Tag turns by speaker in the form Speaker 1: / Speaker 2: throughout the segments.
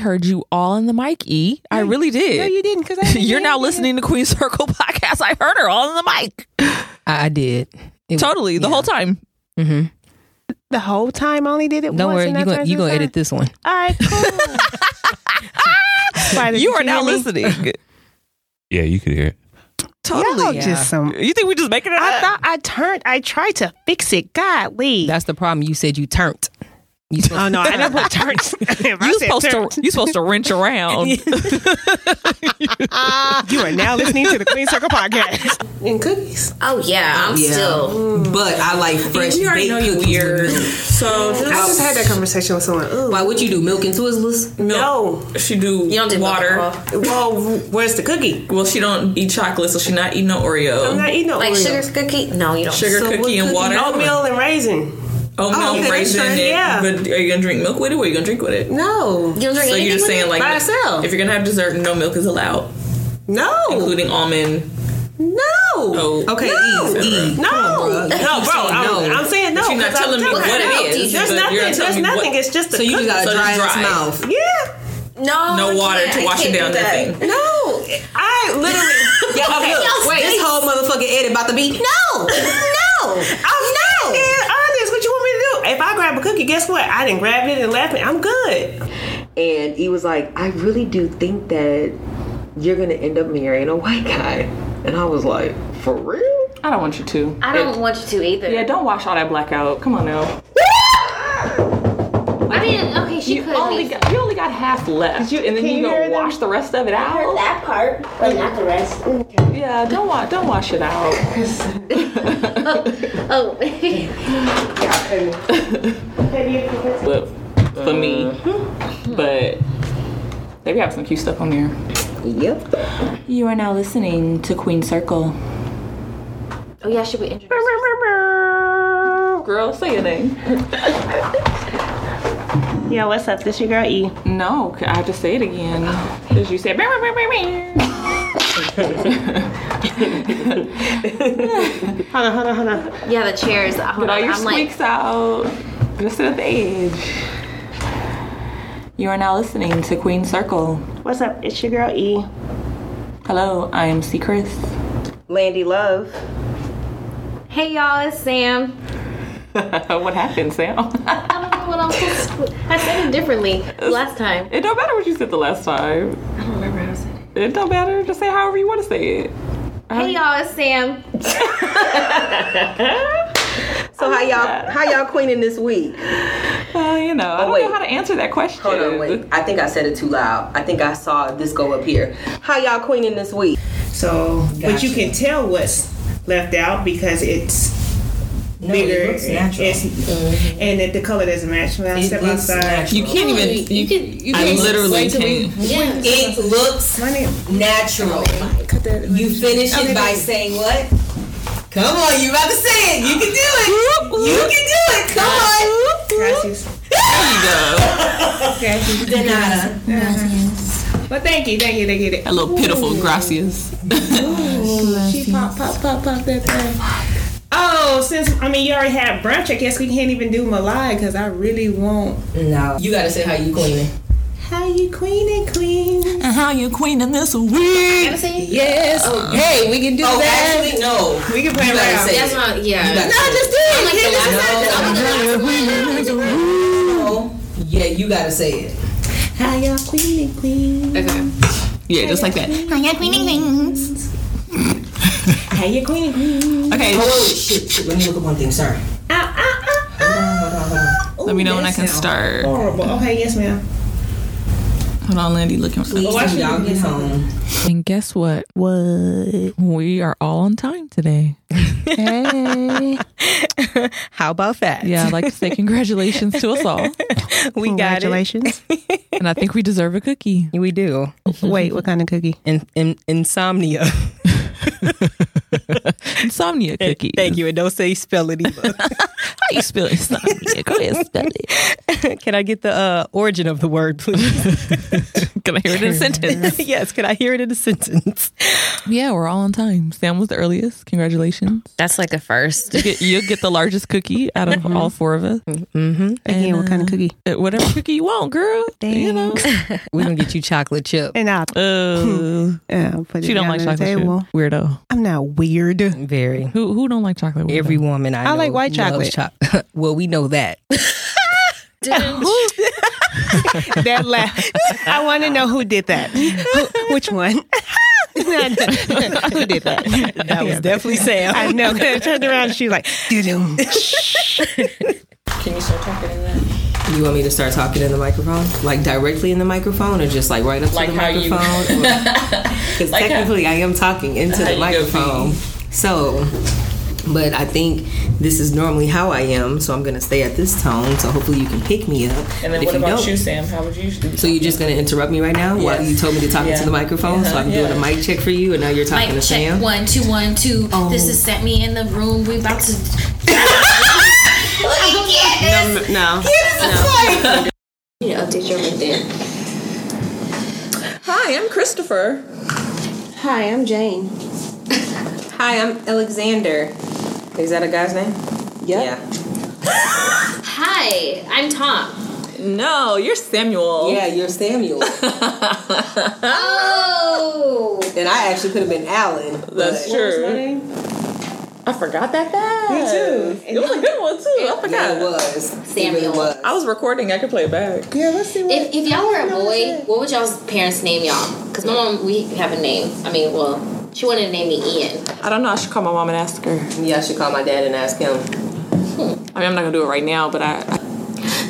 Speaker 1: heard you all on the mic, E. I really did.
Speaker 2: No, you didn't because
Speaker 1: You're now listening to Queen Circle podcast. I heard her all on the mic.
Speaker 3: I, I did. It-
Speaker 1: Totally, the whole time.
Speaker 3: Mhm.
Speaker 2: the whole time. I Only did it.
Speaker 3: Don't
Speaker 2: once
Speaker 3: worry,
Speaker 2: and
Speaker 3: you
Speaker 2: that
Speaker 3: gonna
Speaker 2: turns
Speaker 3: you gonna
Speaker 2: inside.
Speaker 3: edit this one.
Speaker 2: All right, cool. Spider,
Speaker 1: You
Speaker 2: did
Speaker 1: are now
Speaker 2: hear me?
Speaker 1: listening.
Speaker 4: Yeah, you could hear it.
Speaker 2: Y'all
Speaker 1: Totally. Uh,
Speaker 2: just some.
Speaker 1: You think we just making it
Speaker 2: I
Speaker 1: up?
Speaker 2: thought I turned. I tried to fix it. God, Lee.
Speaker 3: That's the problem. You said you turned. You supposed-
Speaker 2: Oh no, I didn't put turned. If I
Speaker 1: you
Speaker 2: said
Speaker 1: supposed
Speaker 2: turned-
Speaker 1: to you supposed to wrench around.
Speaker 2: You are now listening to the Queen Circle podcast.
Speaker 5: And cookies.
Speaker 6: Oh yeah, I'm still.
Speaker 7: But I like fresh
Speaker 5: You
Speaker 7: baked
Speaker 5: already know you
Speaker 7: cookies.
Speaker 5: weird. So
Speaker 7: I
Speaker 5: I just had that conversation with someone. Ooh,
Speaker 7: Why would you do milk and Twizzlers?
Speaker 5: no, she do
Speaker 6: You don't do
Speaker 5: water.
Speaker 6: alcohol.
Speaker 5: Well, where's the cookie?
Speaker 8: Well, she don't eat chocolate, so she not eating no
Speaker 5: I'm
Speaker 8: Oreo,
Speaker 5: not eating no
Speaker 6: Like
Speaker 5: Oreo.
Speaker 6: sugar Oh, cookie? No, you don't.
Speaker 8: sugar
Speaker 7: So what
Speaker 8: cookie, and
Speaker 7: cookie?
Speaker 8: water.
Speaker 5: oatmeal and raisin.
Speaker 8: oatmeal,
Speaker 7: Oh, okay, that's
Speaker 8: raisin.
Speaker 7: right,
Speaker 8: and-
Speaker 5: yeah.
Speaker 8: But are you gonna drink milk with it? or are you gonna drink with it?
Speaker 5: No,
Speaker 6: You don't drink
Speaker 8: so
Speaker 6: anything
Speaker 8: you're just
Speaker 6: with
Speaker 8: saying
Speaker 6: it?
Speaker 8: like
Speaker 5: By itself.
Speaker 8: If you're gonna have dessert, no milk is allowed,
Speaker 5: no,
Speaker 8: including almond.
Speaker 5: no.
Speaker 8: Oh,
Speaker 7: Okay,
Speaker 5: No.
Speaker 7: Eve, Eve.
Speaker 5: No,
Speaker 7: Come on, bruh. You
Speaker 5: no, bro.
Speaker 7: saying
Speaker 5: I'm,
Speaker 7: no.
Speaker 5: I'm saying no.
Speaker 8: But you're not
Speaker 5: 'cause I'm
Speaker 8: telling me
Speaker 5: telling
Speaker 8: what
Speaker 5: you.
Speaker 8: it is.
Speaker 5: There's
Speaker 8: but you're not
Speaker 5: nothing. There's
Speaker 8: telling me what-
Speaker 5: nothing. It's just a
Speaker 7: So you just
Speaker 5: cookie.
Speaker 7: got
Speaker 8: So
Speaker 7: a dry
Speaker 8: just
Speaker 7: ass
Speaker 8: dry.
Speaker 7: mouth.
Speaker 5: yeah.
Speaker 6: No,
Speaker 8: No
Speaker 6: I
Speaker 8: water to
Speaker 6: can't. I
Speaker 8: wash it
Speaker 6: can't
Speaker 8: down
Speaker 6: do
Speaker 8: that thing.
Speaker 5: No, I literally.
Speaker 7: Yeah,
Speaker 6: Okay,
Speaker 7: look,
Speaker 6: y'all
Speaker 7: wait, this
Speaker 6: stink.
Speaker 7: whole motherfucking edit about to be.
Speaker 6: No, no.
Speaker 5: I'm not being honest. What you want me to do? If I grab a cookie, guess what? I didn't grab it and laugh. at- I'm good.
Speaker 9: And he was like, I really do think that you're gonna end up marrying a white guy. And I was like, for real?
Speaker 10: I don't want you to.
Speaker 6: I don't want you to either.
Speaker 10: Yeah, don't wash all that black out. Come on now.
Speaker 6: I mean, okay, she
Speaker 10: You
Speaker 6: could.
Speaker 10: only got you only got half left, and then you gonna wash the rest of it out.
Speaker 6: that part, but not the rest.
Speaker 10: Yeah, don't wash don't wash it out.
Speaker 6: Oh,
Speaker 10: Look, for me,
Speaker 6: Uh-huh.
Speaker 10: but they be having some cute stuff on there.
Speaker 9: Yep.
Speaker 10: You are now listening to Queen Circle.
Speaker 6: oh yeah, should we introduce?
Speaker 10: Girl, say your name.
Speaker 2: Yo, what's up? This your girl E.
Speaker 10: No, I have to say it again. As you said, "Meow, meow, meow, meow, meow."
Speaker 2: Hold on, hold on, hold on.
Speaker 6: Yeah, the chairs.
Speaker 10: Get
Speaker 6: Hold
Speaker 10: all
Speaker 6: on,
Speaker 10: your
Speaker 6: I'm like,
Speaker 10: squeaks out. Just sit at the edge. You are now listening to Queen Circle.
Speaker 2: What's up? It's your girl E.
Speaker 10: Hello, I am C. Chris.
Speaker 2: Landy Love.
Speaker 6: hey y'all, it's Sam.
Speaker 10: what happened, Sam?
Speaker 6: I don't know what I'm supposed to. I said it differently last time.
Speaker 10: it don't matter what you said the last time.
Speaker 6: I don't remember how I said it.
Speaker 10: It don't matter. Just say however you want to say it.
Speaker 6: Hey y'all, it's Sam.
Speaker 9: So how y'all how y'all queening this week?
Speaker 10: Uh, you
Speaker 2: Oh,
Speaker 10: know, I don't
Speaker 7: wait.
Speaker 10: know how to answer that question.
Speaker 7: Hold on, wait. I think I said it too loud. I think I saw this go up here. How y'all queening this week?
Speaker 2: So, but you can tell what's left out because it's bigger.
Speaker 7: it looks natural.
Speaker 2: It's- And that the color doesn't match. When I step
Speaker 7: looks
Speaker 2: outside,
Speaker 7: natural.
Speaker 8: You can't even. You, I literally can't.
Speaker 7: It looks
Speaker 2: my name.
Speaker 7: natural. You finish it by saying what? Come on, you about to say it. You can do it. You can do it. Come on.
Speaker 2: Gracias.
Speaker 7: De nada.
Speaker 2: Well, thank you, thank you, thank you. Thank
Speaker 8: A little pitiful. Gracias.
Speaker 2: you. She pop, pop, pop, pop that thing. Oh, since I mean, you already had brunch. I guess we can't even do Malai because I really want.
Speaker 7: No. You gotta say how you queening.
Speaker 2: How you queen and queen?
Speaker 8: How you queening this week?
Speaker 6: Ever seen?
Speaker 7: Yes.
Speaker 2: Uh-huh.
Speaker 7: Hey, we can do oh,
Speaker 2: that.
Speaker 7: Actually, no.
Speaker 2: We can play
Speaker 7: You gotta
Speaker 2: around.
Speaker 7: say
Speaker 6: That's
Speaker 7: it.
Speaker 6: not. Yeah.
Speaker 7: You gotta say it.
Speaker 6: I'm
Speaker 7: No.
Speaker 6: like the last one. I'm like the last one.
Speaker 7: No. Yeah, you gotta say it.
Speaker 2: How y'all queen and queen?
Speaker 6: Okay.
Speaker 8: Yeah, just like that.
Speaker 2: How you queen and queen?
Speaker 8: Okay,
Speaker 7: Oh shit, shit. Let me look at one thing. Sorry.
Speaker 2: Ow, ow, ow, ow.
Speaker 8: let me know when I can
Speaker 2: stop.
Speaker 8: start.
Speaker 2: ah. Horrible. Okay, yes, ma'am.
Speaker 8: Hold on, Landy, looking. For
Speaker 7: Please, when y'all get home.
Speaker 1: And guess what? What? We are all on time today. hey.
Speaker 3: How about that?
Speaker 1: Yeah, I'd like to say congratulations to us all.
Speaker 3: we got it.
Speaker 2: Congratulations.
Speaker 1: And I think we deserve a cookie.
Speaker 3: We do.
Speaker 2: Wait, what kind of cookie?
Speaker 3: In, in, insomnia.
Speaker 1: Insomnia cookie.
Speaker 3: Thank you, and don't say spell it either.
Speaker 1: How you spell insomnia? Go ahead and spell
Speaker 3: it. Can I get the uh, origin of the word, please?
Speaker 1: can I hear it in a sentence?
Speaker 3: yes, can I hear it in a sentence?
Speaker 1: Yeah, we're all on time. Sam was the earliest. Congratulations.
Speaker 11: That's like a first.
Speaker 1: You get, you'll get the largest cookie out of mm-hmm. all four of us.
Speaker 3: Mm-hmm.
Speaker 2: Again, uh, what kind of cookie?
Speaker 1: Whatever cookie you want, girl.
Speaker 3: Thanks. You know? We're going to get you chocolate chip.
Speaker 2: And I'll,
Speaker 1: uh, yeah, I'll put she don't like chocolate table. chip. Weirdo.
Speaker 2: I'm not weird.
Speaker 3: Very.
Speaker 1: Who who don't like chocolate?
Speaker 3: Weirdo? Every woman I,
Speaker 2: I like white chocolate.
Speaker 3: Cho- well, we know that.
Speaker 2: that laugh. I want to know who did that. Who, which one? who did that?
Speaker 3: That was definitely Sam.
Speaker 2: I know. I turned around and she was like, doo-doom.
Speaker 10: Can you start talking in that?
Speaker 3: You want me to start talking in the microphone? Like directly in the microphone or just like right up to
Speaker 10: like
Speaker 3: the microphone? Because
Speaker 10: like
Speaker 3: technically how, I am talking into the microphone. So, but I think this is normally how I am, so I'm going to stay at this tone. So hopefully you can pick me up.
Speaker 10: And then
Speaker 3: but
Speaker 10: what
Speaker 3: you
Speaker 10: about you, Sam? How would you usually
Speaker 3: So you're just going to interrupt me right now while
Speaker 10: Yes.
Speaker 3: you told me to talk
Speaker 10: Yeah.
Speaker 3: into the microphone? So
Speaker 10: Uh-huh,
Speaker 3: I'm doing
Speaker 10: yeah.
Speaker 3: a mic check for you and now you're talking
Speaker 11: Mic
Speaker 3: to
Speaker 11: check
Speaker 3: Sam?
Speaker 11: one two one two.
Speaker 3: Oh.
Speaker 11: This is sent me in the room. We about to.
Speaker 5: No, no.
Speaker 6: You know, update your LinkedIn.
Speaker 10: Hi, I'm Christopher.
Speaker 6: Hi, I'm Jane.
Speaker 7: Hi, I'm Alexander. Is that a guy's name? Yeah.
Speaker 6: Hi, I'm Tom.
Speaker 10: No, you're Samuel.
Speaker 7: Yeah, you're Samuel.
Speaker 6: Oh,
Speaker 7: then I actually could have been Alan.
Speaker 10: That's true. I forgot that fast. Me too. It was a good one too. I forgot.
Speaker 7: Yeah, it was. It really
Speaker 6: Samuel.
Speaker 7: was.
Speaker 10: I was recording. I could play it back.
Speaker 6: if, if y'all were a boy, what would y'all's parents name y'all? Because my mom, we have a name. I mean, well, she wanted to name me Ian.
Speaker 10: I don't know. I should call my mom and ask her.
Speaker 7: Yeah, I should call my dad and ask him.
Speaker 10: I mean, I'm not gonna do it right now, but I. I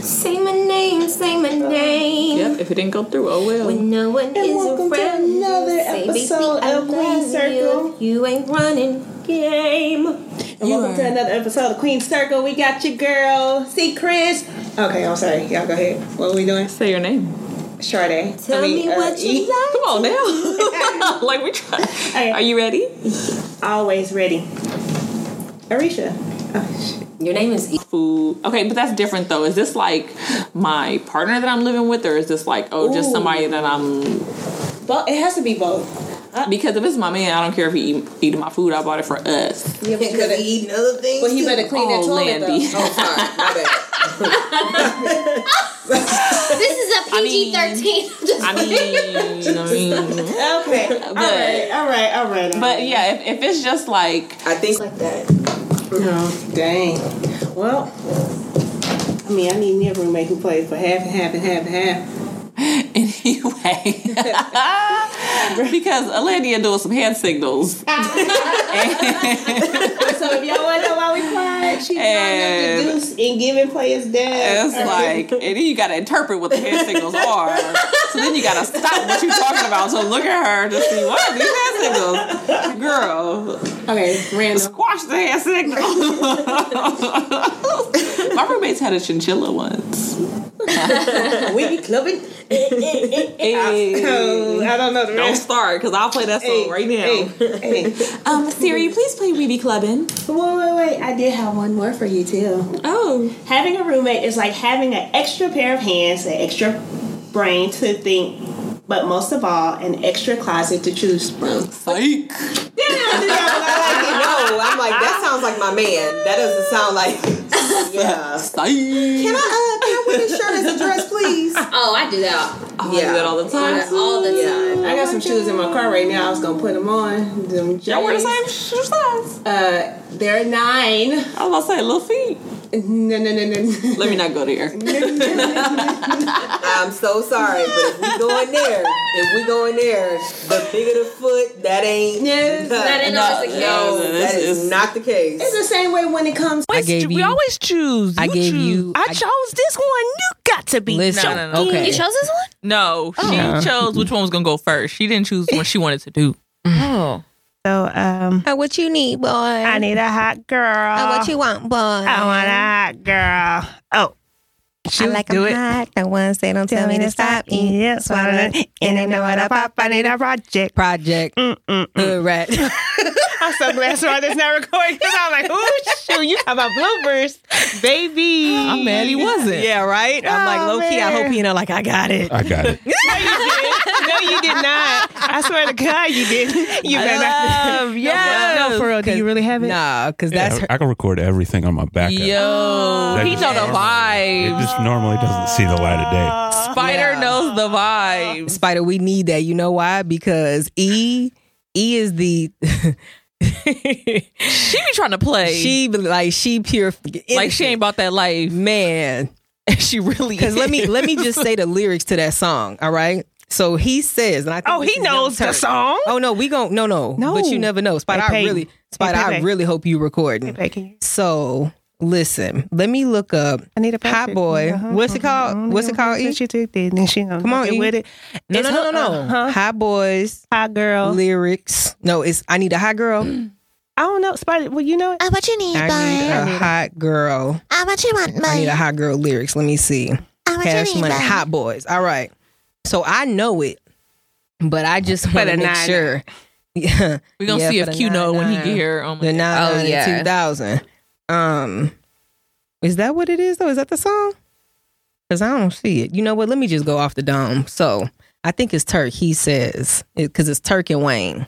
Speaker 6: Say my name, say my
Speaker 5: Uh,
Speaker 6: name.
Speaker 10: yep. If it didn't go through, oh well.
Speaker 6: No one is
Speaker 5: welcome to
Speaker 6: around.
Speaker 5: another
Speaker 6: Say, baby,
Speaker 5: episode
Speaker 6: I
Speaker 5: of Queen
Speaker 6: love
Speaker 5: Circle.
Speaker 6: You. you ain't running.
Speaker 5: Game. And welcome to another episode of Queen Circle. We got your girl, see Chris. Okay, I'm sorry. Y'all go ahead. What are we doing?
Speaker 10: Say your name.
Speaker 5: Sade.
Speaker 6: Tell me what you
Speaker 5: E.
Speaker 6: like.
Speaker 10: Come on now. like we try. Are you ready?
Speaker 5: Always ready. Arisha. Oh.
Speaker 7: Your name is. E-
Speaker 10: Food. Okay, but that's different though. Is this like my partner that I'm living with, or is this like oh just somebody that I'm?
Speaker 5: Both. It has to be both.
Speaker 10: Because if it's my man, I don't care if he eat, eating my food. I bought it for us.
Speaker 7: Yeah, but you better eating other things.
Speaker 5: But he
Speaker 7: too.
Speaker 5: better clean that
Speaker 10: Oh,
Speaker 5: toilet
Speaker 10: Landy.
Speaker 5: though.
Speaker 7: Oh, sorry. My bad.
Speaker 6: This is a PG
Speaker 10: mean-
Speaker 6: thirteen.
Speaker 10: I mean, I mean,
Speaker 5: Okay. all right. All right. All right. all
Speaker 10: but yeah, if, if it's just like
Speaker 7: I think.
Speaker 6: like that.
Speaker 5: No, dang. Well, I mean, I need me a roommate who plays for half and half and half and half.
Speaker 10: anyway, because Alandia doing some hand signals.
Speaker 5: So if y'all want to know why we quiet, she's trying
Speaker 10: And-
Speaker 5: to deuce and giving players dead.
Speaker 10: It's like, and then you gotta interpret what the hand signals are. So then you gotta stop what you're talking about. So look at her to see what are these hand signals, girl.
Speaker 5: Okay, random.
Speaker 10: Squash the hand signal. My roommates had a chinchilla once.
Speaker 5: we be clubbing.
Speaker 10: Hey,
Speaker 5: Oh, I don't know the
Speaker 10: don't
Speaker 5: rest.
Speaker 10: start, cause I'll play that song right now.
Speaker 5: Hey, hey.
Speaker 10: Um, Siri, please play Weeby Clubbin.
Speaker 5: Wait, wait, wait. I did have one more for you, too.
Speaker 10: Oh,
Speaker 5: Having a roommate is like having an extra pair of hands, an extra brain to think, but most of all, an extra closet to choose from.
Speaker 10: psych.
Speaker 7: No, I'm like that sounds like my man. That doesn't sound like. Yeah.
Speaker 10: Psych.
Speaker 7: Can I? Uh, can I wear this shirt as a dress, please?
Speaker 6: Oh, I do that
Speaker 10: I do that all the time.
Speaker 6: all the time.
Speaker 5: I got some shoes in my car right now. I was gonna put them on. Them
Speaker 10: I wear the
Speaker 5: J's.
Speaker 10: same shoe size.
Speaker 5: Uh, they're nine.
Speaker 10: I was about to say little feet.
Speaker 5: No, no, no, no.
Speaker 10: Let me not go there.
Speaker 7: I'm so sorry, but if we go in there, if we go in there, the bigger the foot, that ain't.
Speaker 5: Yes,
Speaker 6: That ain't
Speaker 10: No,
Speaker 6: always the case.
Speaker 10: no, no,
Speaker 7: That
Speaker 10: this
Speaker 7: is
Speaker 10: is
Speaker 7: not the case.
Speaker 5: It's the same way when it comes.
Speaker 1: Always
Speaker 3: gave
Speaker 1: cho- we
Speaker 3: you-
Speaker 1: always choose.
Speaker 3: I
Speaker 1: You
Speaker 3: gave
Speaker 1: choose.
Speaker 3: you-
Speaker 1: I,
Speaker 3: I-
Speaker 1: chose this one. You got to be.
Speaker 3: Listen,
Speaker 1: no, no, no.
Speaker 3: okay.
Speaker 11: You chose this one?
Speaker 1: No, she
Speaker 3: Oh.
Speaker 1: chose which one was gonna go first. She didn't choose what she wanted to do.
Speaker 11: Oh.
Speaker 2: So, um,
Speaker 11: Uh, what you need, boy? I
Speaker 2: need a hot girl.
Speaker 11: what you want, boy? I
Speaker 2: want a hot girl. Oh,
Speaker 11: I like them hot. The ones they don't tell me to stop eating.
Speaker 2: Yeah, swallow it. And they know what I pop. I need a project.
Speaker 3: Project. Hood rat.
Speaker 2: I'm so glad Samantha's not recording because I'm like, ooh, shoot, you talking about bloopers, baby.
Speaker 12: I'm mad he wasn't.
Speaker 2: Yeah, right?
Speaker 12: I'm like,
Speaker 2: Oh,
Speaker 12: low key, I
Speaker 2: man.
Speaker 12: hope he know, like, I got it.
Speaker 4: I got it.
Speaker 2: no, you did not. I swear to God, you did. You better not.
Speaker 12: Love, yes.
Speaker 2: No, for real. Do you really have it?
Speaker 12: Nah, because
Speaker 4: Yeah,
Speaker 12: that's her.
Speaker 4: I, I can record everything on my back.
Speaker 12: Yo,
Speaker 4: That
Speaker 12: he
Speaker 4: just
Speaker 12: know the
Speaker 4: It
Speaker 12: vibe.
Speaker 4: just normally doesn't see the light of day.
Speaker 12: Spider knows the vibe.
Speaker 3: Spider, we need that. You know why? Because E E is the
Speaker 12: She be trying to
Speaker 2: E.
Speaker 12: play.
Speaker 3: she be- like she pure
Speaker 12: like she ain't about that life.
Speaker 3: man.
Speaker 12: She really.
Speaker 3: Because let me
Speaker 12: is.
Speaker 3: let me just say the lyrics to that song. All right. So he says, and I think
Speaker 2: Oh,
Speaker 3: this
Speaker 2: he
Speaker 3: is Young
Speaker 2: knows the
Speaker 3: Turk.
Speaker 2: song?
Speaker 3: Oh no, we gon' no no
Speaker 2: No.
Speaker 3: But you never know, Spider.
Speaker 2: Hey,
Speaker 3: I
Speaker 2: Peyton.
Speaker 3: really Spider.
Speaker 2: Hey,
Speaker 3: I
Speaker 2: Pepe.
Speaker 3: really hope you recording. So listen, let me look up. I
Speaker 2: need a Uh-huh.
Speaker 3: hot boy. What's it called? What's it called? E?
Speaker 2: She took that, and she gonna
Speaker 3: Come on,
Speaker 2: get
Speaker 3: E.
Speaker 2: with it.
Speaker 3: No,
Speaker 2: It's
Speaker 3: no, no,
Speaker 2: her-
Speaker 3: no, no.
Speaker 2: uh-huh.
Speaker 3: High boys,
Speaker 2: high girl
Speaker 3: lyrics. No, it's I need a hot girl.
Speaker 2: I don't know, Spider. Well, you know,
Speaker 11: I what you need,
Speaker 3: I need
Speaker 11: bye.
Speaker 3: a hot girl.
Speaker 11: I what you want,
Speaker 3: I need a
Speaker 11: bye.
Speaker 3: hot girl lyrics. Let me see.
Speaker 11: what you
Speaker 3: Cash
Speaker 11: need,
Speaker 3: money,
Speaker 11: bye?
Speaker 3: hot boys. All right. So I know it, but I just want to
Speaker 12: the
Speaker 3: make
Speaker 12: nine-
Speaker 3: sure. Yeah,
Speaker 12: We gonna see if
Speaker 3: for the
Speaker 12: Q know when he
Speaker 3: 9-9.
Speaker 12: get here. Oh my
Speaker 3: the
Speaker 12: God.
Speaker 3: nine
Speaker 12: Oh, yeah.
Speaker 3: two thousand. Um, is that what it is though? Is that the song? Because I don't see it. You know what? Let me just go off the dome. So I think it's Turk. He says because it's Turk and Wayne,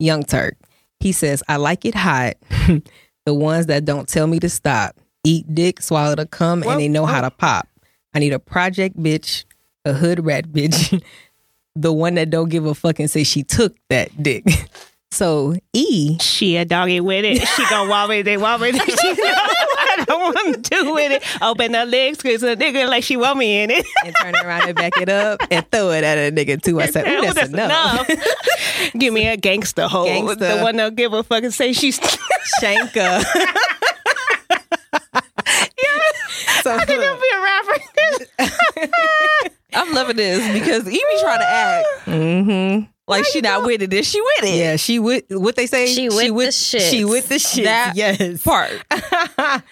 Speaker 3: Young Turk. He says I like it hot. the ones that don't tell me to stop, eat dick, swallow the cum, and they know how to pop. I need a project bitch, a hood rat bitch, the one that don't give a fuck and say she took that dick. So E,
Speaker 2: she a doggy with it. She gonna walk with it, walk with it. She know what I want to do with it. Open her legs, squeeze a nigga like she want me in it.
Speaker 3: and turn around and back it up and throw it at a nigga too. I said,
Speaker 2: Ooh,
Speaker 3: Ooh, that's,
Speaker 2: that's
Speaker 3: enough.
Speaker 2: Give me a gangster hoe.
Speaker 3: Gangsta.
Speaker 2: The one that give a fuck and say she's.
Speaker 3: Shanka. So
Speaker 2: How can that be a rapper?
Speaker 12: I'm loving this because Evie trying to act
Speaker 3: mm-hmm.
Speaker 12: like she not with it. Is she with it?
Speaker 3: Yeah, she with what they say.
Speaker 6: She with the shit.
Speaker 3: She with the shit.
Speaker 12: That
Speaker 3: yes.
Speaker 12: part.